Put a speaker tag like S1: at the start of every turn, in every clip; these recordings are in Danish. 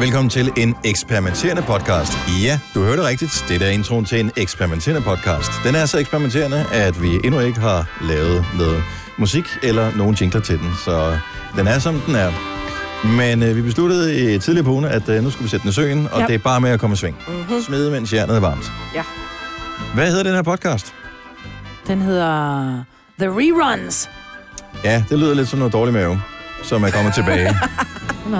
S1: Velkommen til en eksperimenterende podcast. Ja, du hørte rigtigt. Det er der introen til en eksperimenterende podcast. Den er så eksperimenterende, at vi endnu ikke har lavet noget musik eller nogen jingler til den. Så den er, som den er. Men øh, vi besluttede i tidligere på ugen, at øh, nu skulle vi sætte den i søen, og
S2: Ja. Mhm.
S1: det er bare med at komme i sving. Mm-hmm. Smide, mens jernet er varmt.
S2: Ja.
S1: Hvad hedder den her podcast?
S2: Den hedder The Reruns.
S1: Ja, det lyder lidt som noget dårlig mave, som er kommet tilbage.
S2: Nå.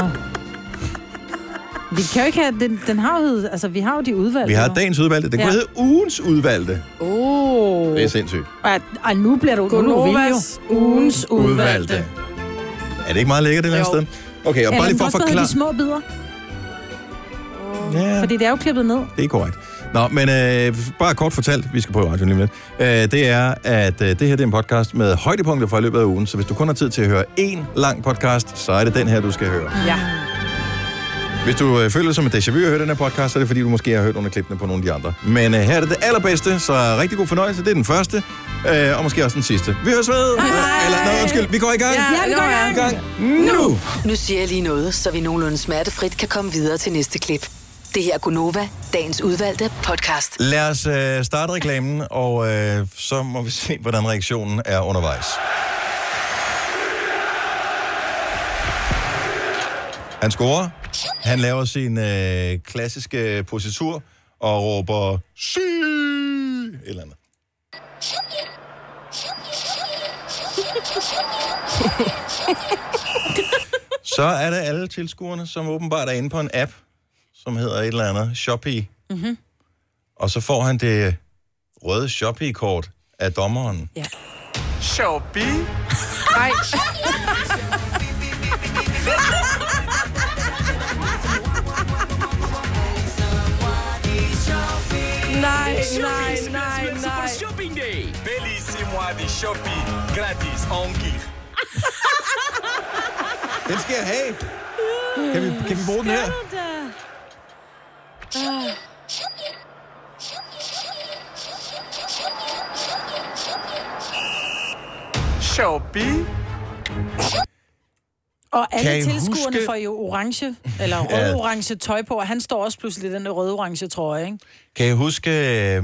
S2: Vi kan jo ikke have, den, den har jo, hed- altså vi har jo de udvalgte.
S1: Vi har dagens udvalgte. Det kunne
S2: Ja.
S1: hedde ugens udvalgte.
S2: Oh.
S1: Det er sindssygt.
S2: Ej, ej, nu bliver du... nu er vi jo.
S3: Gonovas ugens udvalgte.
S1: Er det ikke meget lækkert et eller andet
S3: Jo.
S1: sted? Okay, og
S2: Ja,
S1: bare lige
S2: den
S1: for at
S2: også hedder
S1: forklare...
S2: de små bidder,
S1: Ja,
S2: fordi det er jo klippet ned.
S1: det er korrekt. Nå, men øh, bare kort fortalt, vi skal på radioen lige om lidt, øh, det er, at øh, det her det er en podcast med højdepunkter fra i løbet af ugen, så hvis du kun har tid til at høre én lang podcast, så er det den her, du skal høre.
S3: Ja.
S1: Hvis du øh, føler det som et déjà vu at høre den her podcast, så er det fordi, du måske har hørt under klippene på nogle af de andre. Men øh, her er det det allerbedste, så rigtig god fornøjelse. Det er den første, øh, og måske også den sidste. Vi høres ved! Eller, nej, undskyld, vi går i gang!
S3: Ja, vi går i
S1: I gang nu!
S4: Nu siger jeg lige noget, så vi nogenlunde smertefrit kan komme videre til næste klip. Det her er Gunova, dagens udvalgte podcast.
S1: Lad os øh, starte reklamen, og øh, så må vi se, hvordan reaktionen er undervejs. Han scorer. Han laver sin øh, klassiske positur og råber sy et eller andet. Så er det alle tilskuerne, som åbenbart er inde på en app, som hedder et eller andet Shopee. Og så får han det røde Shopee-kort af dommeren. Ja.
S5: Shopee.
S3: Nej, nej, nej, nej, nej.
S5: Shopping Day. Bellissimo de Shopee. Gratis on gear.
S1: Den skal jeg have. Kan vi, kan vi bruge den her?
S5: Shopee.
S2: Og alle
S1: Kan I
S2: tilskuerne
S1: huske-
S2: får jo orange, eller rød-orange tøj på, og han står også pludselig i den der røde-orange trøje, ikke?
S1: Kan jeg huske, øh,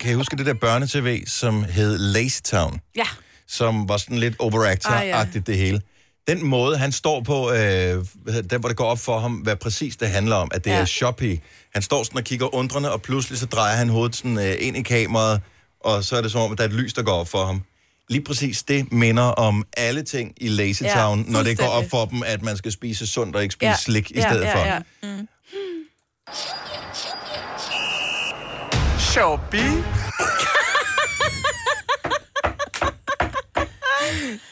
S1: kan jeg huske det der børnetv, som hed Lace Town,
S2: Ja.
S1: som var sådan lidt
S3: Ah,
S1: overactor-agtigt det hele. Den måde, han står på, øh, hvad hedder- den hvor det går op for ham, hvad præcis det handler om, at det ja.
S2: Ja.
S1: er Shopee. Han står sådan og kigger undrende, og pludselig så drejer han hovedet sådan øh, ind i kameraet, og så er det som om, at der er et lys, der går op for ham. Lige præcis det minder om alle ting i Lazy
S3: Ja,
S1: Town, ja, når det går op
S3: fuldstændig.
S1: for dem, at man skal spise sundt og ikke spise ja. slik i
S3: ja,
S1: stedet
S3: ja,
S1: for.
S3: Ja.
S5: Shopee.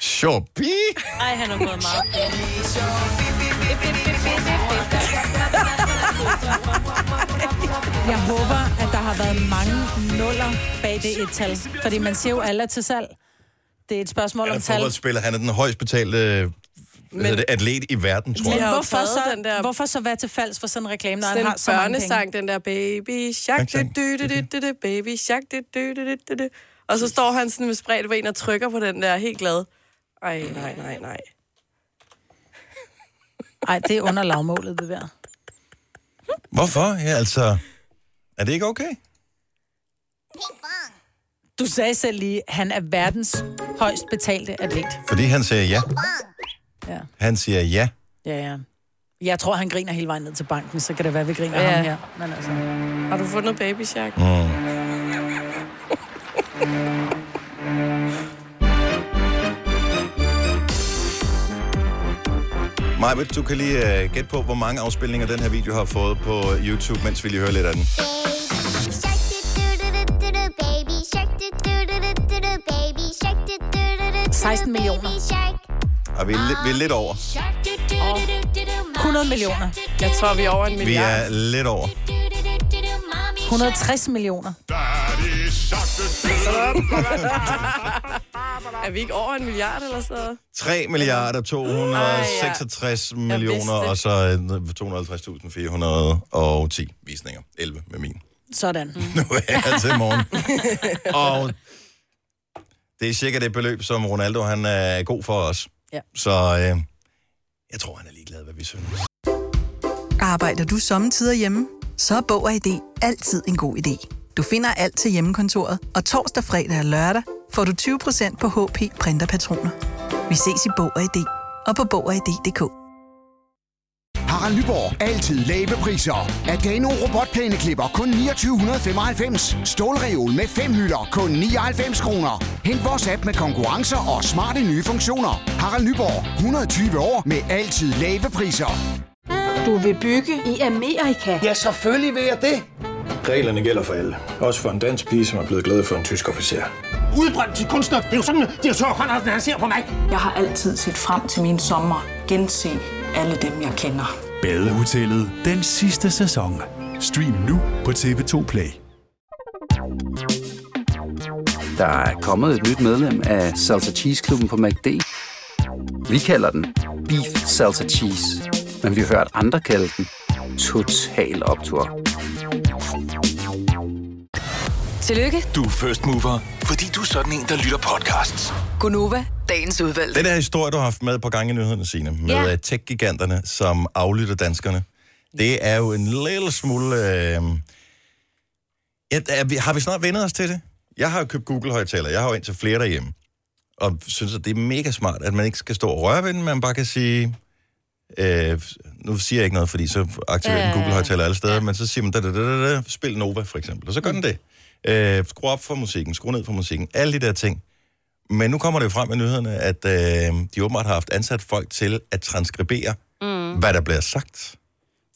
S1: Shopee!
S6: Ej, han har fået meget.
S2: Jeg håber, at der har været mange nuller bag det et tal, fordi man ser jo alle er til salg. Det er et spørgsmål
S1: Han er
S2: om tal.
S1: fodboldspiller, han er den højst betalte øh, hvad hedder det, atlet i verden, tror
S2: Men
S1: jeg.
S3: har jo
S2: hvorfor
S3: taget
S2: så,
S3: den der-
S2: hvorfor så være til falsk for sådan en reklame, når han
S3: Den
S2: har så mange penge?
S3: børnesang, den der baby shark, du,
S1: Sang,
S3: du, du, du, du, baby shark, du, du, du, du, du, du. Og så står han sådan med spredt ben og trykker på den der, helt glad. Ej, nej, nej, nej.
S2: Nej, det er under lavmålet, det der.
S1: Hvorfor? Ja, altså... Er det ikke okay?
S2: Du sagde selv lige, han er verdens højst betalte atlet.
S1: Fordi han siger ja.
S2: Ja.
S1: Han siger ja.
S2: Ja, ja. Jeg tror, han griner hele vejen ned til banken, så kan det være, at vi griner ja.
S3: Ja.
S2: ham her. Men altså...
S3: Har du fundet baby shark?
S1: Mm. Majbet, du kan lige uh, gætte på, hvor mange afspilninger den her video har fået på YouTube, mens vi lige hører lidt af den.
S2: millioner.
S1: Og vi er, li- vi er lidt over.
S7: Og
S2: 100 millioner.
S3: Jeg tror, vi er over en
S1: Vi
S3: milliard.
S1: er lidt over.
S2: 160 millioner.
S3: Er vi ikke over en milliard eller sådan noget?
S1: 3 milliarder 266 ja. millioner,
S3: Jeg
S1: og
S3: vidste
S1: så øh, 250.410 visninger. 11 med min.
S2: Sådan.
S1: nu er jeg til morgen. og det er cirka det beløb, som Ronaldo han er god for os.
S2: Ja.
S1: Så øh, jeg tror, han er ligeglad, hvad vi synes.
S6: Arbejder du sommetider hjemme? Så er Bog og ID altid en god idé. Du finder alt til hjemmekontoret, og torsdag, fredag og lørdag får du 20% på HP printerpatroner. Vi ses i Bog og ID og på Bog og ID.dk.
S7: Harald Nyborg. Altid lave priser. Adano robotplæneklipper kun 2995. Stålreol med fem hylder kun 99 kroner. Hent vores app med konkurrencer og smarte nye funktioner. Harald Nyborg. 120 år med altid lave priser.
S8: Du vil bygge i Amerika?
S7: Ja, selvfølgelig vil jeg det.
S9: Reglerne gælder for alle. Også for en dansk pige, som er blevet glad for en tysk officer.
S10: Udbrændt til kunstner. Det er jo sådan, at de har Conradsen, han ser på mig. Jeg har altid set frem til min sommer. Gense alle dem, jeg kender.
S11: Badehotellet den sidste sæson. Stream nu på TV2 Play.
S12: Der er kommet et nyt medlem af Salsa Cheese Klubben på MACD. Vi kalder den Beef Salsa Cheese, men vi har hørt andre kalde den Total Optor.
S4: Tillykke,
S5: Du er first mover, fordi du er sådan en, der lytter podcasts.
S4: Gunova, dagens udvalgte.
S1: Den her historie, du har haft med på gange i nyhederne, Signe, med
S4: Ja.
S1: ja. tech-giganterne, som aflytter danskerne, det er jo en lille smule... Øh... Ja, er vi, har vi snart vendet os til det? Jeg har jo købt Google-højtaler. Jeg har jo indtil flere derhjemme. Og synes, at det er mega smart, at man ikke skal stå og røre ved den, man bare kan sige... Øh, nu siger jeg ikke noget, fordi så aktiverer
S13: Ja, ja,
S1: den
S13: ja.
S1: Google-højtaler alle steder, men så siger man, da, da, da, da, da, spil Nova, for eksempel, og så gør den det. Øh, skru op for musikken, skru ned for musikken, alle de der ting. Men nu kommer det jo frem i nyhederne, at øh, de åbenbart har haft ansat folk til at transkribere, mm. hvad der bliver sagt.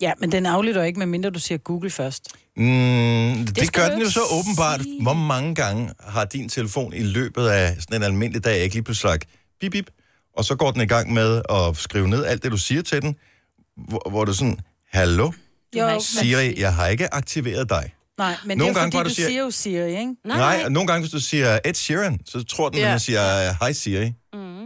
S2: Ja, men den aflytter ikke, medmindre du siger Google først.
S1: Mm, det, det
S2: skal
S1: gør
S2: du
S1: den
S2: ikke
S1: jo så åbenbart. Hvor mange gange har din telefon i løbet af sådan en almindelig dag ikke lige pludselig sagt bip, bip, og så går den i gang med at skrive ned alt det, du siger til den, hvor, hvor du sådan, hallo,
S2: Jo,
S1: Siri, jeg har ikke aktiveret dig.
S2: Nej, men
S1: Nogle
S2: det er
S1: gange
S2: jo,
S1: bare,
S2: fordi,
S1: du
S2: du
S1: siger-
S2: siger jo Siri, ikke?
S1: Nej, Nej og nogle gange, hvis du siger Ed Sheeran, så tror den,
S14: Ja.
S1: at man siger, hej Siri.
S14: Mm.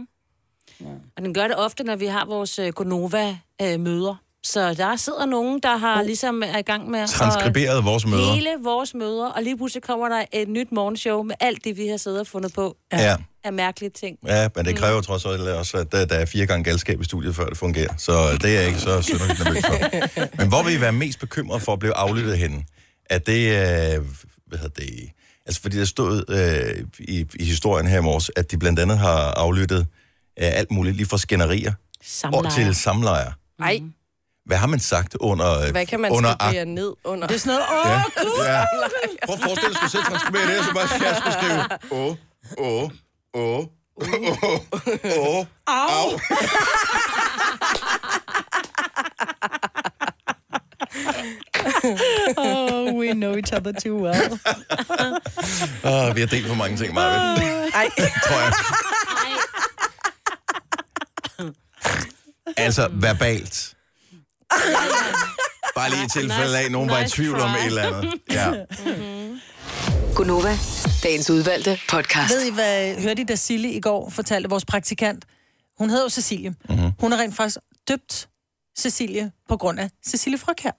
S14: Og den gør det ofte, når vi har vores øh, Gonova-møder. Så der sidder nogen, der har
S3: Oh.
S14: ligesom er i gang med... at-
S1: Transkriberet vores møder.
S14: Hele vores møder, og lige pludselig kommer der et nyt morgenshow med alt det, vi har siddet og fundet på
S1: Ja.
S14: af mærkelige ting.
S1: Ja, men det kræver trods alt også, at der, der er fire gange galskab i studiet, før det fungerer. Så det er jeg ikke så synderligt nervøs for. Men hvor vil I være mest bekymret for at blive aflyttet henne? Er det, øh, hvad hedder det, altså fordi der stod øh, i, i historien her i morges, at de blandt andet har aflyttet øh, alt muligt, lige fra skænderier og
S3: Samlejer.
S1: til samlejer.
S3: Nej,
S1: Hvad har man sagt under, øh,
S3: hvad kan man
S1: under
S3: skrive ned under?
S2: Det er sådan noget,
S1: Ja.
S3: åh,
S1: Ja. Prøv at forestille dig, at du skulle selv transkribere det, og så bare jeg skulle skrive, åh, åh, åh, åh, åh, au.
S2: oh, we know each other too well.
S1: Åh, vi har delt for mange ting, Marvin.
S2: Ej.
S1: Tror jeg. Altså, verbalt. Bare
S2: Altså,
S1: lige i tilfælde af, at nogen var i
S4: nice
S1: tvivl om
S4: try.
S1: et eller andet. Ja.
S4: Gunova, dagens udvalgte podcast.
S2: Ved I, hvad hørte I, da Sille i går fortalte vores praktikant? Hun hedder jo Cecilie.
S1: Mhm.
S2: Mm-hmm. Hun er rent faktisk døbt Cecilie på grund af Cecilie Frøkær.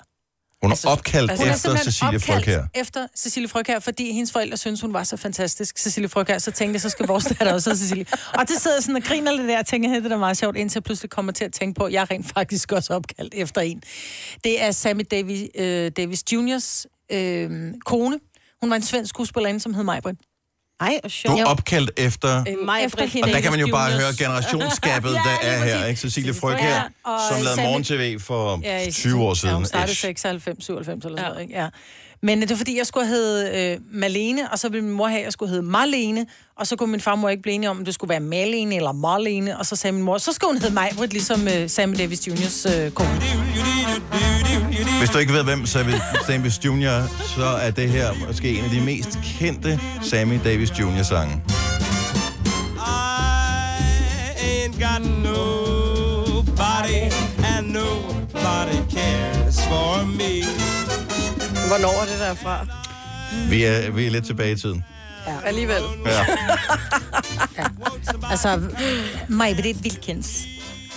S1: Hun er opkaldt
S2: Altså, hun er
S1: efter
S2: simpelthen
S1: Cecilie
S2: opkaldt
S1: Frøkjær.
S2: efter Cecilie Frøkær, fordi hendes forældre synes, hun var så fantastisk. Cecilie Frøkær, så tænkte jeg, så skal vores datter også hedde Cecilie. Og det sidder jeg sådan og griner lidt der og tænker, hey, det er da meget sjovt, indtil jeg pludselig kommer til at tænke på, at jeg er rent faktisk også opkaldt efter en. Det er Sammy Davi, øh, Davis Juniors øh, kone. Hun var en svensk skuespillerinde, som hed Majbrit. Ej, og
S1: Du er opkaldt efter...
S2: Øh, efter hende.
S1: Og der kan man jo bare høre generationsgabet, der er her. Ikke? Cecilie Frøkjær,
S2: Ja, og
S1: som lavede
S2: Sanne-
S1: morgen-tv for
S2: Ja, i
S1: 20 år siden.
S2: Ja, hun startede
S1: ish.
S2: 96, 97 eller sådan noget, ikke? Ja. Men øh, det var fordi, jeg skulle hedde øh, Malene, og så ville min mor have, at jeg skulle hedde Marlene, og så kunne min farmor ikke blive enige om, om det skulle være Malene eller Marlene, og så sagde min mor, så skulle hun hedde Majbrit, ligesom øh, Sammy Davis Juniors øh, kone.
S1: Hvis du ikke ved, hvem Sammy Davis Jr. er, så er det her måske en af de mest kendte Sammy Davis Jr. sange.
S5: Ain't got nobody, and nobody cares for me.
S3: Hvornår er det derfra?
S1: Vi er, vi er lidt tilbage i tiden.
S3: Ja. Alligevel.
S1: Ja.
S2: Altså, Majbrit Wilkins.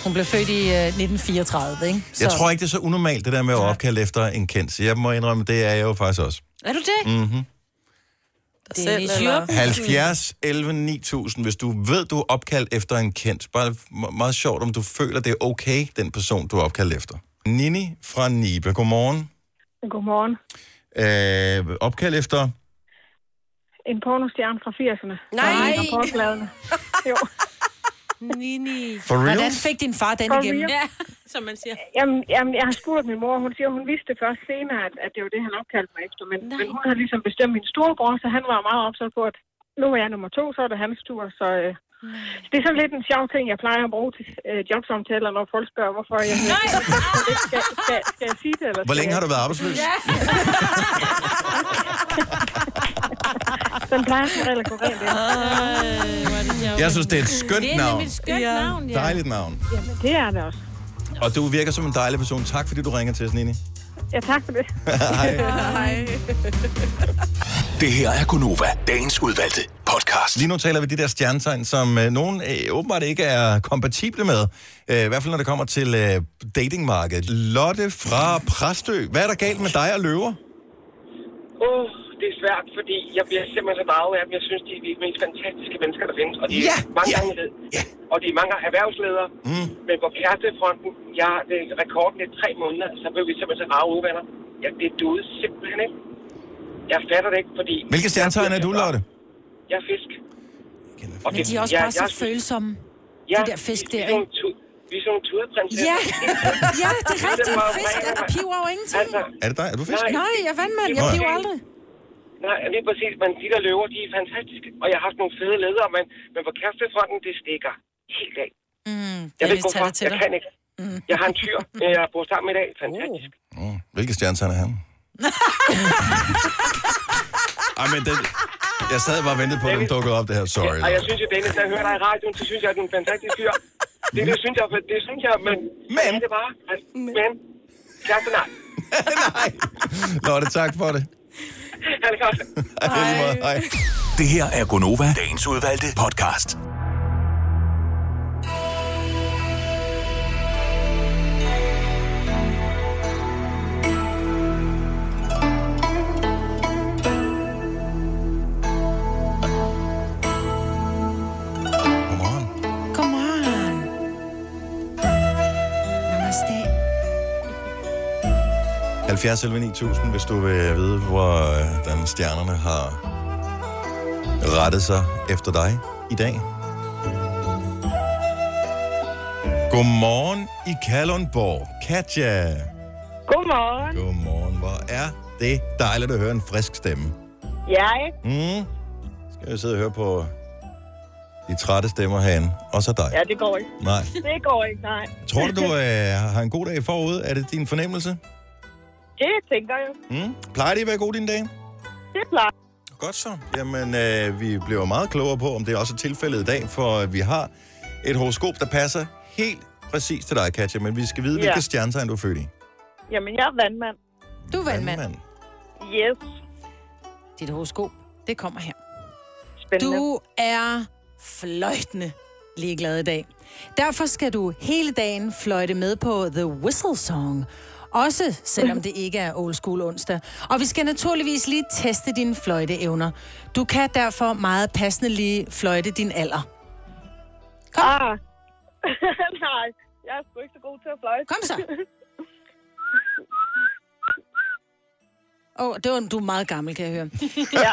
S2: Hun blev født i øh, 1934, ikke?
S1: Jeg tror ikke, det er så unormalt, det der med at opkalde efter en kendt. Så jeg må indrømme, det er jeg jo faktisk også.
S14: Er du det?
S1: Mm-hmm.
S14: Det er lidt sjovt.
S1: 70, 11, 9000. Hvis du ved, du er opkaldt efter en kendt, bare me- meget sjovt, om du føler, det er okay, den person, du er opkaldt efter. Nini fra Nibe. Godmorgen.
S13: Godmorgen.
S1: Øh, opkald efter...
S13: En pornostjerne fra 80'erne.
S2: Nej!
S13: Nej. Jo.
S2: Nini.
S1: For real?
S2: Hvordan fik din far den
S13: For
S2: igennem?
S13: real?
S2: Ja, som man siger.
S13: Jamen, jamen, jeg har spurgt min mor, og hun siger, hun vidste først senere, at, at det var det, han opkaldte mig efter. Men, men hun har ligesom bestemt min storebror, så han var meget opsat på, at nu er jeg nummer to, så er det hans tur. Så, øh, så det er sådan lidt en sjov ting, jeg plejer at bruge til øh, jobsamtaler, når folk spørger, hvorfor jeg hedder det. Så det. Skal, skal, skal jeg sige det? Eller
S1: Hvor
S13: skal
S1: længe
S13: jeg-
S1: har du været arbejdsløs?
S13: Ja. Den plejer som regel at gå rent ind.
S1: Jeg synes, det er et skønt
S13: Det er
S1: navn.
S13: nemlig et skønt
S1: ja.
S13: navn, ja.
S1: Dejligt navn.
S13: Jamen, det er det også.
S1: Og du virker som en dejlig person. Tak, fordi du ringer til os, Nini.
S13: Ja, tak for det.
S1: Hej.
S11: Det her er Gunova, dagens udvalgte podcast.
S1: Lige nu taler vi de der stjernetegn, som øh, nogen øh, åbenbart ikke er kompatible med. Øh, I hvert fald, når det kommer til øh, datingmarkedet. Lotte fra Præstø. Hvad er der galt med dig og løver?
S15: Åh, oh, det er svært, fordi jeg bliver simpelthen så draget af dem. Jeg synes, de er de mest fantastiske mennesker, der findes. Og de er
S1: Ja,
S15: mange gange ved. Og de er mange erhvervsledere. Mm. Men på kærestefronten, jeg det er rekorden i tre måneder, så blev vi simpelthen så rave uvenner. Ja, det duede simpelthen ikke. Jeg fatter det ikke, fordi...
S1: Hvilke stjernetegn er du, Lotte?
S15: Jeg er fisk. Og
S2: Men de er også
S15: jeg-
S2: bare
S15: jeg
S2: så
S15: er fisk.
S2: følsomme.
S15: Ja,
S2: de der fisk
S15: vi
S2: der,
S15: er sådan nogle tu- Vi er sådan nogle tudeprinsesser.
S2: Ja. Ja, det er
S15: Så
S2: rigtigt.
S15: bare
S2: Fisk,
S15: vrede,
S2: der
S15: mand.
S2: piver jo ingenting.
S1: Er det dig? Er du fisk?
S15: Altså, Nej.
S2: Nej, jeg er vandmand. Jeg
S15: Nå, ja.
S2: piver aldrig.
S15: Nej, lige præcis. Men de der løver, de er fantastiske. Og jeg har haft nogle fede ledere, men, men på kærestefronten, det stikker helt af.
S2: Mm,
S15: Jeg ved
S2: Dennis,
S15: ikke
S2: tag
S15: hvorfor.
S2: det til
S15: Jeg
S2: dig. Mm.
S15: kan ikke. Jeg har en tyr, øh, jeg bor sammen med i dag. Fantastisk.
S1: Hvilke stjernetegn er han? Ej, men den... Jeg sad bare og ventede på, at den dukkede op, det her. Sorry.
S15: Og jeg synes jo, Dennis, når jeg hører dig i radioen, så synes jeg, at du er en fantastisk fyr. Det, det synes jeg, for- det synes jeg, men... Men? Det er bare, altså, men... Kæreste, nej. nej.
S1: Lotte, tak for det.
S15: Ha' det godt.
S1: Hej. Hej. Hej.
S11: Det her er Gunova, dagens udvalgte podcast.
S2: Come on. Namaste.
S1: 70 11 9000, hvis du vil vide, hvordan stjernerne har rettet sig efter dig i dag. Godmorgen i Kalundborg. Katja.
S16: Godmorgen.
S1: Godmorgen. Hvor er det dejligt at høre en frisk stemme.
S16: Ja, ikke?
S1: Mm. Skal jeg sidde og høre på de trætte stemmer herinde. Og så dig.
S16: Ja, det går ikke.
S1: Nej.
S16: Det går ikke, nej.
S1: Tror du, du øh, har en god dag forud? Er det din fornemmelse?
S16: Det tænker jeg.
S1: Mm. Plejer det at være god din dag?
S16: Det plejer.
S1: Godt så. Jamen, øh, vi bliver meget klogere på, om det også er tilfældet i dag, for øh, vi har et horoskop, der passer helt præcis til dig, Katja, men vi skal vide,
S16: Ja.
S1: ja. hvilke stjernetegn du er født i.
S16: Jamen, jeg er vandmand.
S2: Du er vandmand.
S16: Yes.
S2: Dit horoskop, det kommer her. Spændende. Du er fløjtende ligeglad i dag. Derfor skal du hele dagen fløjte med på The Whistle Song. Også selvom det ikke er old school onsdag. Og vi skal naturligvis lige teste dine fløjteevner. Du kan derfor meget passende lige fløjte din alder. Kom.
S16: Ah. nej, jeg er sgu ikke så god til at fløjte.
S2: Kom så. Åh, oh, det var, du er meget gammel, kan jeg høre.
S16: Ja.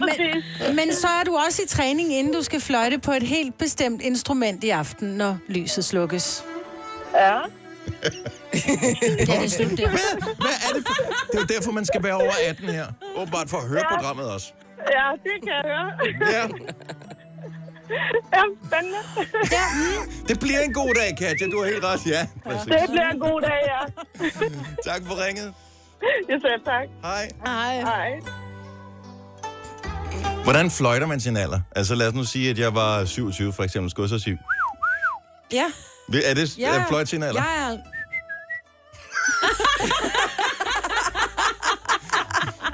S2: men, men så er du også i træning, inden du skal fløjte på et helt bestemt instrument i aften, når lyset slukkes.
S16: Ja.
S2: det er det slut, det.
S1: Hvad er det for? Det er jo derfor, man skal være over 18 her. Åbenbart for at høre
S16: Ja.
S1: programmet også.
S16: ja, det kan jeg høre.
S1: Ja.
S16: ja, spændende.
S2: ja,
S1: Det bliver en god dag, Katja. Du har helt ret. Ja, præcis.
S16: det bliver en god dag, ja.
S1: Tak for ringet.
S16: Jeg selv tak.
S1: Hej.
S2: Hej.
S16: Hej.
S1: Hvordan fløjter man sin alder? Altså, lad os nu sige, at jeg var 27, for eksempel. Skulle jeg så sige...
S2: Ja.
S1: Er det
S2: Ja.
S1: ja. fløjt sin alder?
S2: Jeg er...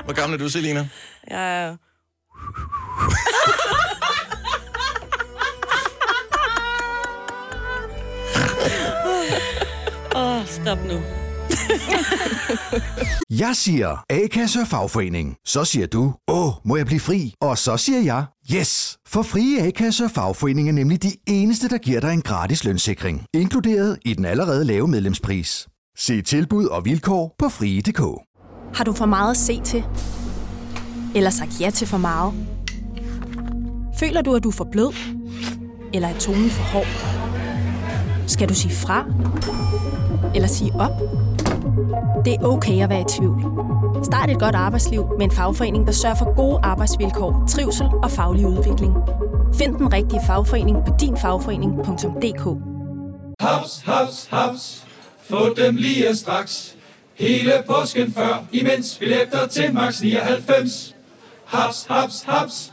S1: Hvor gammel er du, Selina?
S3: Jeg er...
S14: Åh, oh, stop nu.
S17: Jeg siger A-kasse og fagforening. Så siger du, åh, må jeg blive fri? Og så siger jeg, Yes! For frie A-kasser og fagforeninger er nemlig de eneste, der giver dig en gratis lønssikring. Inkluderet i den allerede lave medlemspris. Se tilbud og vilkår på frie.dk.
S18: Har du for meget at se til? Eller sagt ja til for meget? Føler du, at du er for blød? Eller er tonen for hård? Skal du sige fra? Eller sige op? Det er okay at være i tvivl. Start et godt arbejdsliv med en fagforening, der sørger for gode arbejdsvilkår, trivsel og faglig udvikling. Find den rigtige fagforening på dinfagforening.dk.
S19: Haps, haps, haps. Få dem lige straks. Hele påsken før, imens billetter til max 99. Haps, haps, haps.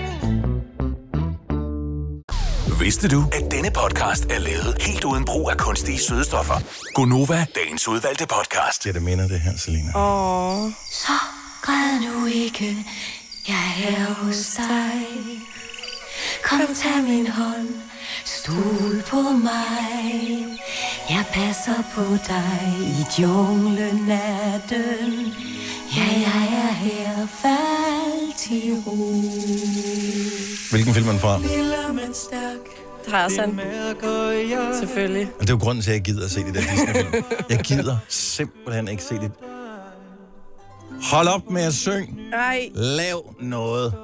S20: Vidste du, at denne podcast er lavet helt uden brug af kunstige sødestoffer? Gonova, dagens udvalgte podcast.
S1: Ja, det mener det her, Selina.
S20: Åh.
S21: Så græd nu ikke, jeg er hos dig. Kom, tag min hånd, stol på mig. Jeg passer på dig i junglenatten. Ja, jeg er her, fald til ro.
S1: Hvilken film er den fra?
S3: Lille, men stærk. Tarzan. Selvfølgelig.
S1: Og det er jo grunden til, at jeg gider at se det der Disney-film. Jeg gider simpelthen ikke se det. Hold op med at synge.
S3: Nej.
S1: Lav noget. Det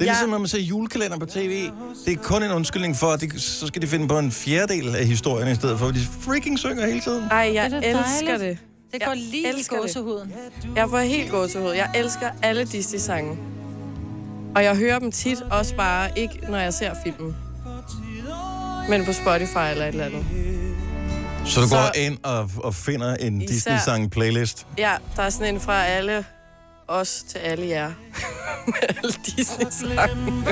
S1: er ja. ligesom, når man ser julekalender på tv. Det er kun en undskyldning for, at de, så skal de finde på en fjerdedel af historien i stedet for, at de freaking synger hele tiden.
S3: Ej, jeg
S1: Det
S2: er da
S3: elsker
S2: dejligt.
S3: det.
S2: Det går lige i gåsehuden.
S3: Jeg får helt gåsehud. Jeg elsker alle Disney-sange. Og jeg hører dem tit, også bare ikke, når jeg ser filmen. Men på Spotify eller et eller andet.
S1: Så du
S3: Så-
S1: går ind og, og finder en
S3: Især-
S1: Disney-sang-playlist.
S3: Ja, der er sådan en fra alle os til alle jer. Med alle Disney-sange.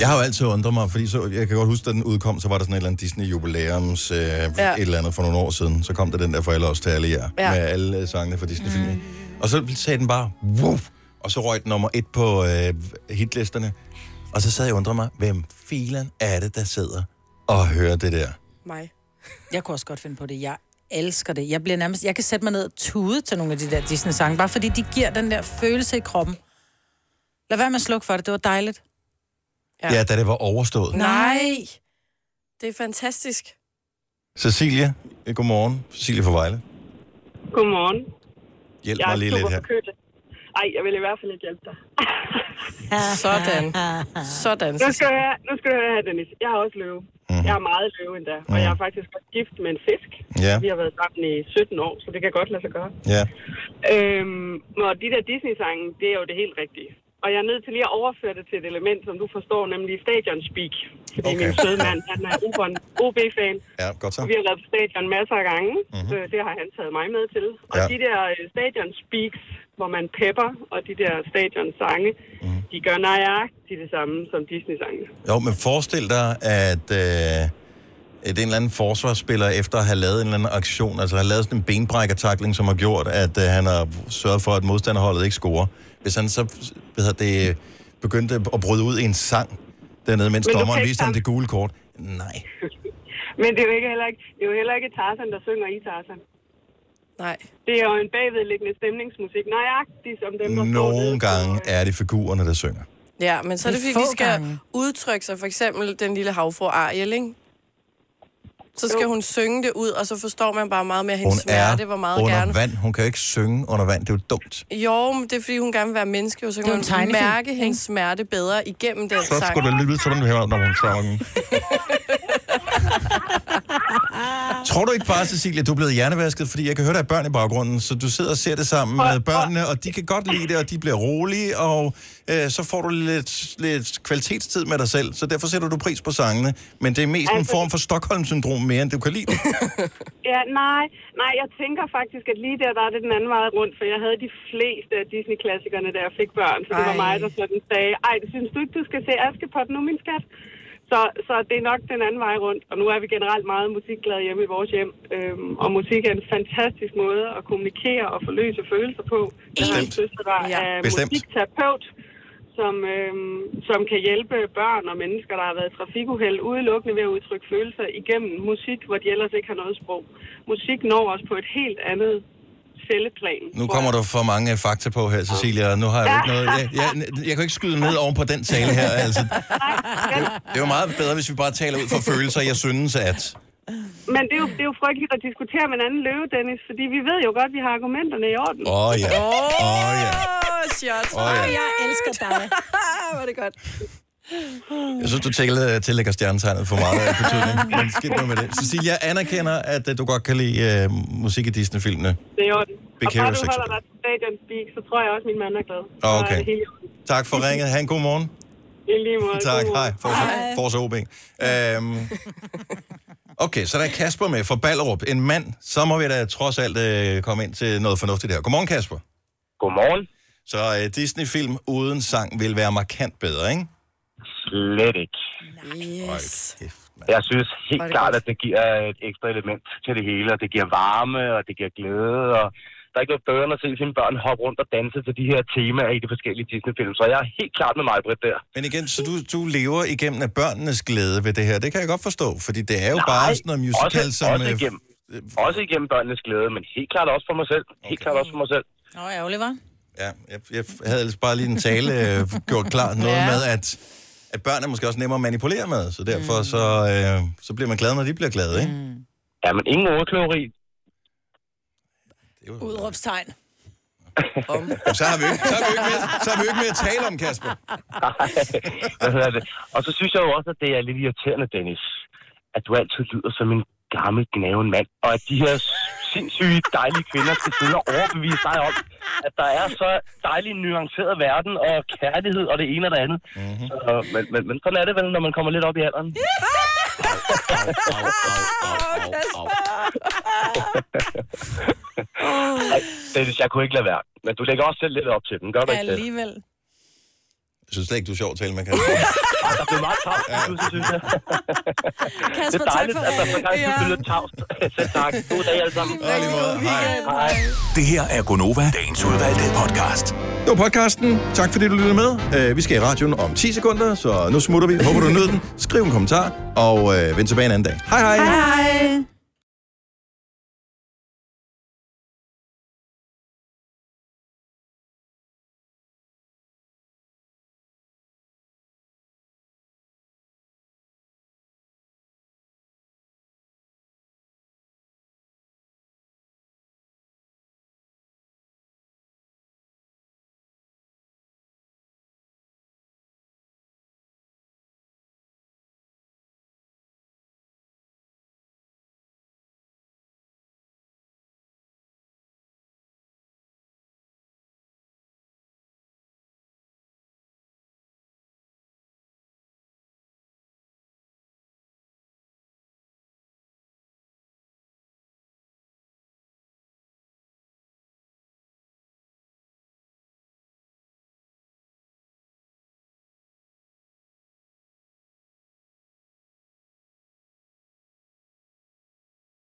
S1: Jeg har jo altid undret mig, fordi så, jeg kan godt huske, da den udkom, så var der sådan et eller andet Disney-jubilæums øh, ja. et eller andet for nogle år siden. Så kom der den der for alle os til alle jer,
S22: Ja.
S1: ja. med alle øh, sangene fra Disney-filmen. Mm. Og så sagde den bare, woof, og så røg den nummer et på øh, hitlisterne. Og så sad jeg og undrede mig, hvem filen er det, der sidder og hører det der?
S3: Mig.
S2: Jeg kunne også godt finde på det. Jeg elsker det. Jeg bliver nærmest... Jeg kan sætte mig ned og tude til nogle af de der Disney-sange, bare fordi de giver den der følelse i kroppen. Lad være med at slukke for det. Det var dejligt.
S1: Ja, ja da det var overstået.
S3: Nej! Det er fantastisk.
S1: Cecilie, øh, godmorgen. Cecilie fra Vejle.
S16: Godmorgen.
S1: Hjælp
S16: jeg
S1: mig lige
S16: er
S1: lidt
S16: super
S1: her.
S16: forkølet. Ej, jeg vil i hvert fald ikke hjælpe dig.
S3: Sådan. Sådan.
S16: Nu skal du høre, nu skal du høre her, Dennis. Jeg har også løve.
S1: Mhm.
S16: Mm. Jeg er meget løve endda. Og jeg er faktisk også gift med en fisk.
S1: Ja.
S16: Vi har været sammen i 17 år, så det kan godt lade sig gøre.
S1: Ja.
S16: Øhm, og de der Disney-sange, det er jo det helt rigtige. Og jeg er nødt til lige at overføre det til et element, som du forstår, nemlig stadion speak. Fordi okay. min søde mand, han er Uberen- OB-fan.
S1: Ja, godt så.
S16: Og vi har været på stadion masser af gange. Mm-hmm. Så det har han taget mig med til.
S1: Mhm.
S16: Og
S1: Ja.
S16: ja. de der øh, stadion speaks, hvor man pepper, og de der stadion sange,
S1: Mhm.
S16: mm. de gør nøjagtigt det samme som Disney-sange.
S1: Jo, men forestil dig, at, øh, at en eller anden forsvarsspiller, efter at have lavet en eller anden aktion, altså har lavet sådan en benbrækkertakling, som har gjort, at øh, han har sørget for, at modstanderholdet ikke scorer. Hvis han så hvad hedder det, øh, begyndte at bryde ud i en sang dernede, mens
S16: Men du kan
S1: dommeren
S16: ikke
S1: viste ham
S16: sammen-
S1: det gule kort. Nej.
S16: Men det er jo ikke heller ikke, det er jo heller ikke Tarzan, der synger i Tarzan.
S3: Nej.
S16: Det er jo en bagvedliggende stemningsmusik, nøjagtigt som dem, der står nede. øh,
S1: Nogle gange er det figurerne, der synger.
S3: Ja, men så er det,
S16: Det er
S3: fordi de
S16: få
S3: skal
S16: gange.
S3: udtrykke sig. For eksempel den lille havfru Ariel, ikke? Så skal hun synge det ud, og så forstår man bare meget mere hendes
S1: Hun er
S3: smerte, hvor meget
S1: under
S3: gerne...
S1: vand. Hun kan jo ikke synge under vand. Det er jo dumt.
S3: Jo, men det er, fordi hun gerne vil være menneske, og så
S2: Det er
S3: kan
S2: en
S3: man
S2: tegnefilm,
S3: mærke hendes smerte bedre igennem den sang.
S1: det lyde sådan her, når hun sang. Tror du ikke bare, Cecilia, du er blevet hjernevasket, fordi jeg kan høre, der er børn i baggrunden, så du sidder og ser det sammen med børnene, og de kan godt lide det, og de bliver rolige, og øh, så får du lidt, lidt kvalitetstid med dig selv, så derfor sætter du pris på sangene. Men det er mest en
S16: Altså-
S1: form for Stockholm-syndrom mere, end du kan lide det.
S16: Ja, nej, nej, jeg tænker faktisk, at lige der, der er det den anden vej rundt, for jeg havde de fleste af Disney-klassikerne, da jeg fik børn, så det var
S23: Ej.
S16: mig, der sådan sagde, ej, synes du ikke, du skal se Askepot nu, min skat? Så Så, så det er nok den anden vej rundt, og nu er vi generelt meget musikglade hjemme i vores hjem, øhm, og musik er en fantastisk måde at kommunikere og forløse følelser på. Jeg har en søster, der ja. er
S1: Bestemt.
S16: musikterapeut, som, øhm, som kan hjælpe børn og mennesker, der har været i trafikuheld, udelukkende ved at udtrykke følelser igennem musik, hvor de ellers ikke har noget sprog. Musik når også på et helt andet celleplan.
S1: Nu kommer der for mange øh, fakta på her, Cecilia, og nu har jeg jo ikke noget... Jeg, jeg, jeg kan ikke skyde ned oven på den tale her, altså. Det er jo meget bedre, hvis vi bare taler ud fra følelser. Jeg synes, at...
S16: Men det er, jo, det er jo frygteligt at diskutere med en anden løve, Dennis, fordi vi ved jo godt, at vi har argumenterne i orden.
S1: Åh, ja. Åh, ja.
S3: Åh, shots.
S1: Åh, ja.
S3: Jeg elsker dig. Var det godt.
S1: Jeg synes, du tæller, øh, tillægger stjernetegnet for meget af betydning. Men skidt nu med det. Cecilia anerkender, at øh, du godt kan lide uh, musik i Disney-filmene.
S16: Det er i orden.
S1: Be
S16: og bare du
S1: careful,
S16: holder dig til stadion speak, så tror jeg også, at min mand er glad. Så
S1: Åh,
S16: er
S1: Ah, okay.
S16: det helt i orden.
S1: Tak for ringet. Ha' en god morgen.
S16: I lige måde.
S1: Tak.
S16: God morgen.
S1: Hej. For så OB. Øhm, okay, så der er Kasper med fra Ballerup. En mand. Så må vi da trods alt øh, komme ind til noget fornuftigt her. Godmorgen, Kasper. Godmorgen. Så øh, Disney-film uden sang vil være markant bedre, ikke? Slet ikke.
S3: Yes.
S6: Jeg synes
S3: Var
S6: helt
S3: det
S6: klart, at det giver et ekstra element til det hele, og det giver varme, og det giver glæde, og der er ikke noget bedre end at se sine børn hoppe rundt og danse til de her temaer i de forskellige Disney-film, så jeg er helt klart med mig, Britt, der.
S1: Men igen, så du, du lever igennem af børnenes glæde ved det her. Det kan jeg godt forstå, fordi det er jo Nej, bare sådan noget musical,
S6: også,
S1: som...
S6: Også
S1: øh,
S6: igennem, også igennem børnenes glæde, men helt klart også for mig selv. Helt klart også for mig selv.
S2: Nå, ærgerligt, hva'?
S1: Ja, jeg, jeg havde ellers bare lige en tale øh, gjort klar. Noget
S2: Ja.
S1: ja. med, at, at børn er måske også nemmere at manipulere med, så derfor mm. så, øh, så bliver man glad, når de bliver glade, ikke? Mm. Ja, men ingen ordkløveri.
S2: Udråbstegn.
S1: så har vi jo ikke, så har vi jo ikke, mere, så har vi jo ikke mere at tale om, Kasper.
S6: Hvad hedder det? Og så synes jeg jo også, at det er lidt irriterende, Dennis, at du altid lyder som en gammel, gnaven mand, og at de her sindssyge, dejlige kvinder skal sidde og overbevise dig om, at der er så dejlig nuanceret verden og kærlighed og det ene og det andet. Mm-hmm. Så, men, men, men sådan er det vel, når man kommer lidt op i alderen. Ej, Dennis, jeg kunne ikke lade være. Men du lægger også selv lidt op til den, gør du ikke det?
S2: Alligevel.
S1: Jeg synes slet ikke, du er sjov at tale med, Kasper.
S6: Der blev meget tavs, ja. synes jeg.
S2: Kasper,
S6: det er dejligt,
S2: tak
S6: at
S2: for
S6: der for gang skulle blive lidt tavs. Selv tak. God dag alle sammen. Hej.
S20: Det her er Gonova, dagens udvalgte podcast.
S1: Det var podcasten. Tak fordi du lyttede med. Øh, Vi skal i radioen om 10 sekunder, så nu smutter vi. Håber du nød den. Skriv en kommentar, og øh, vend tilbage en anden dag. Hej hej.
S2: Hej.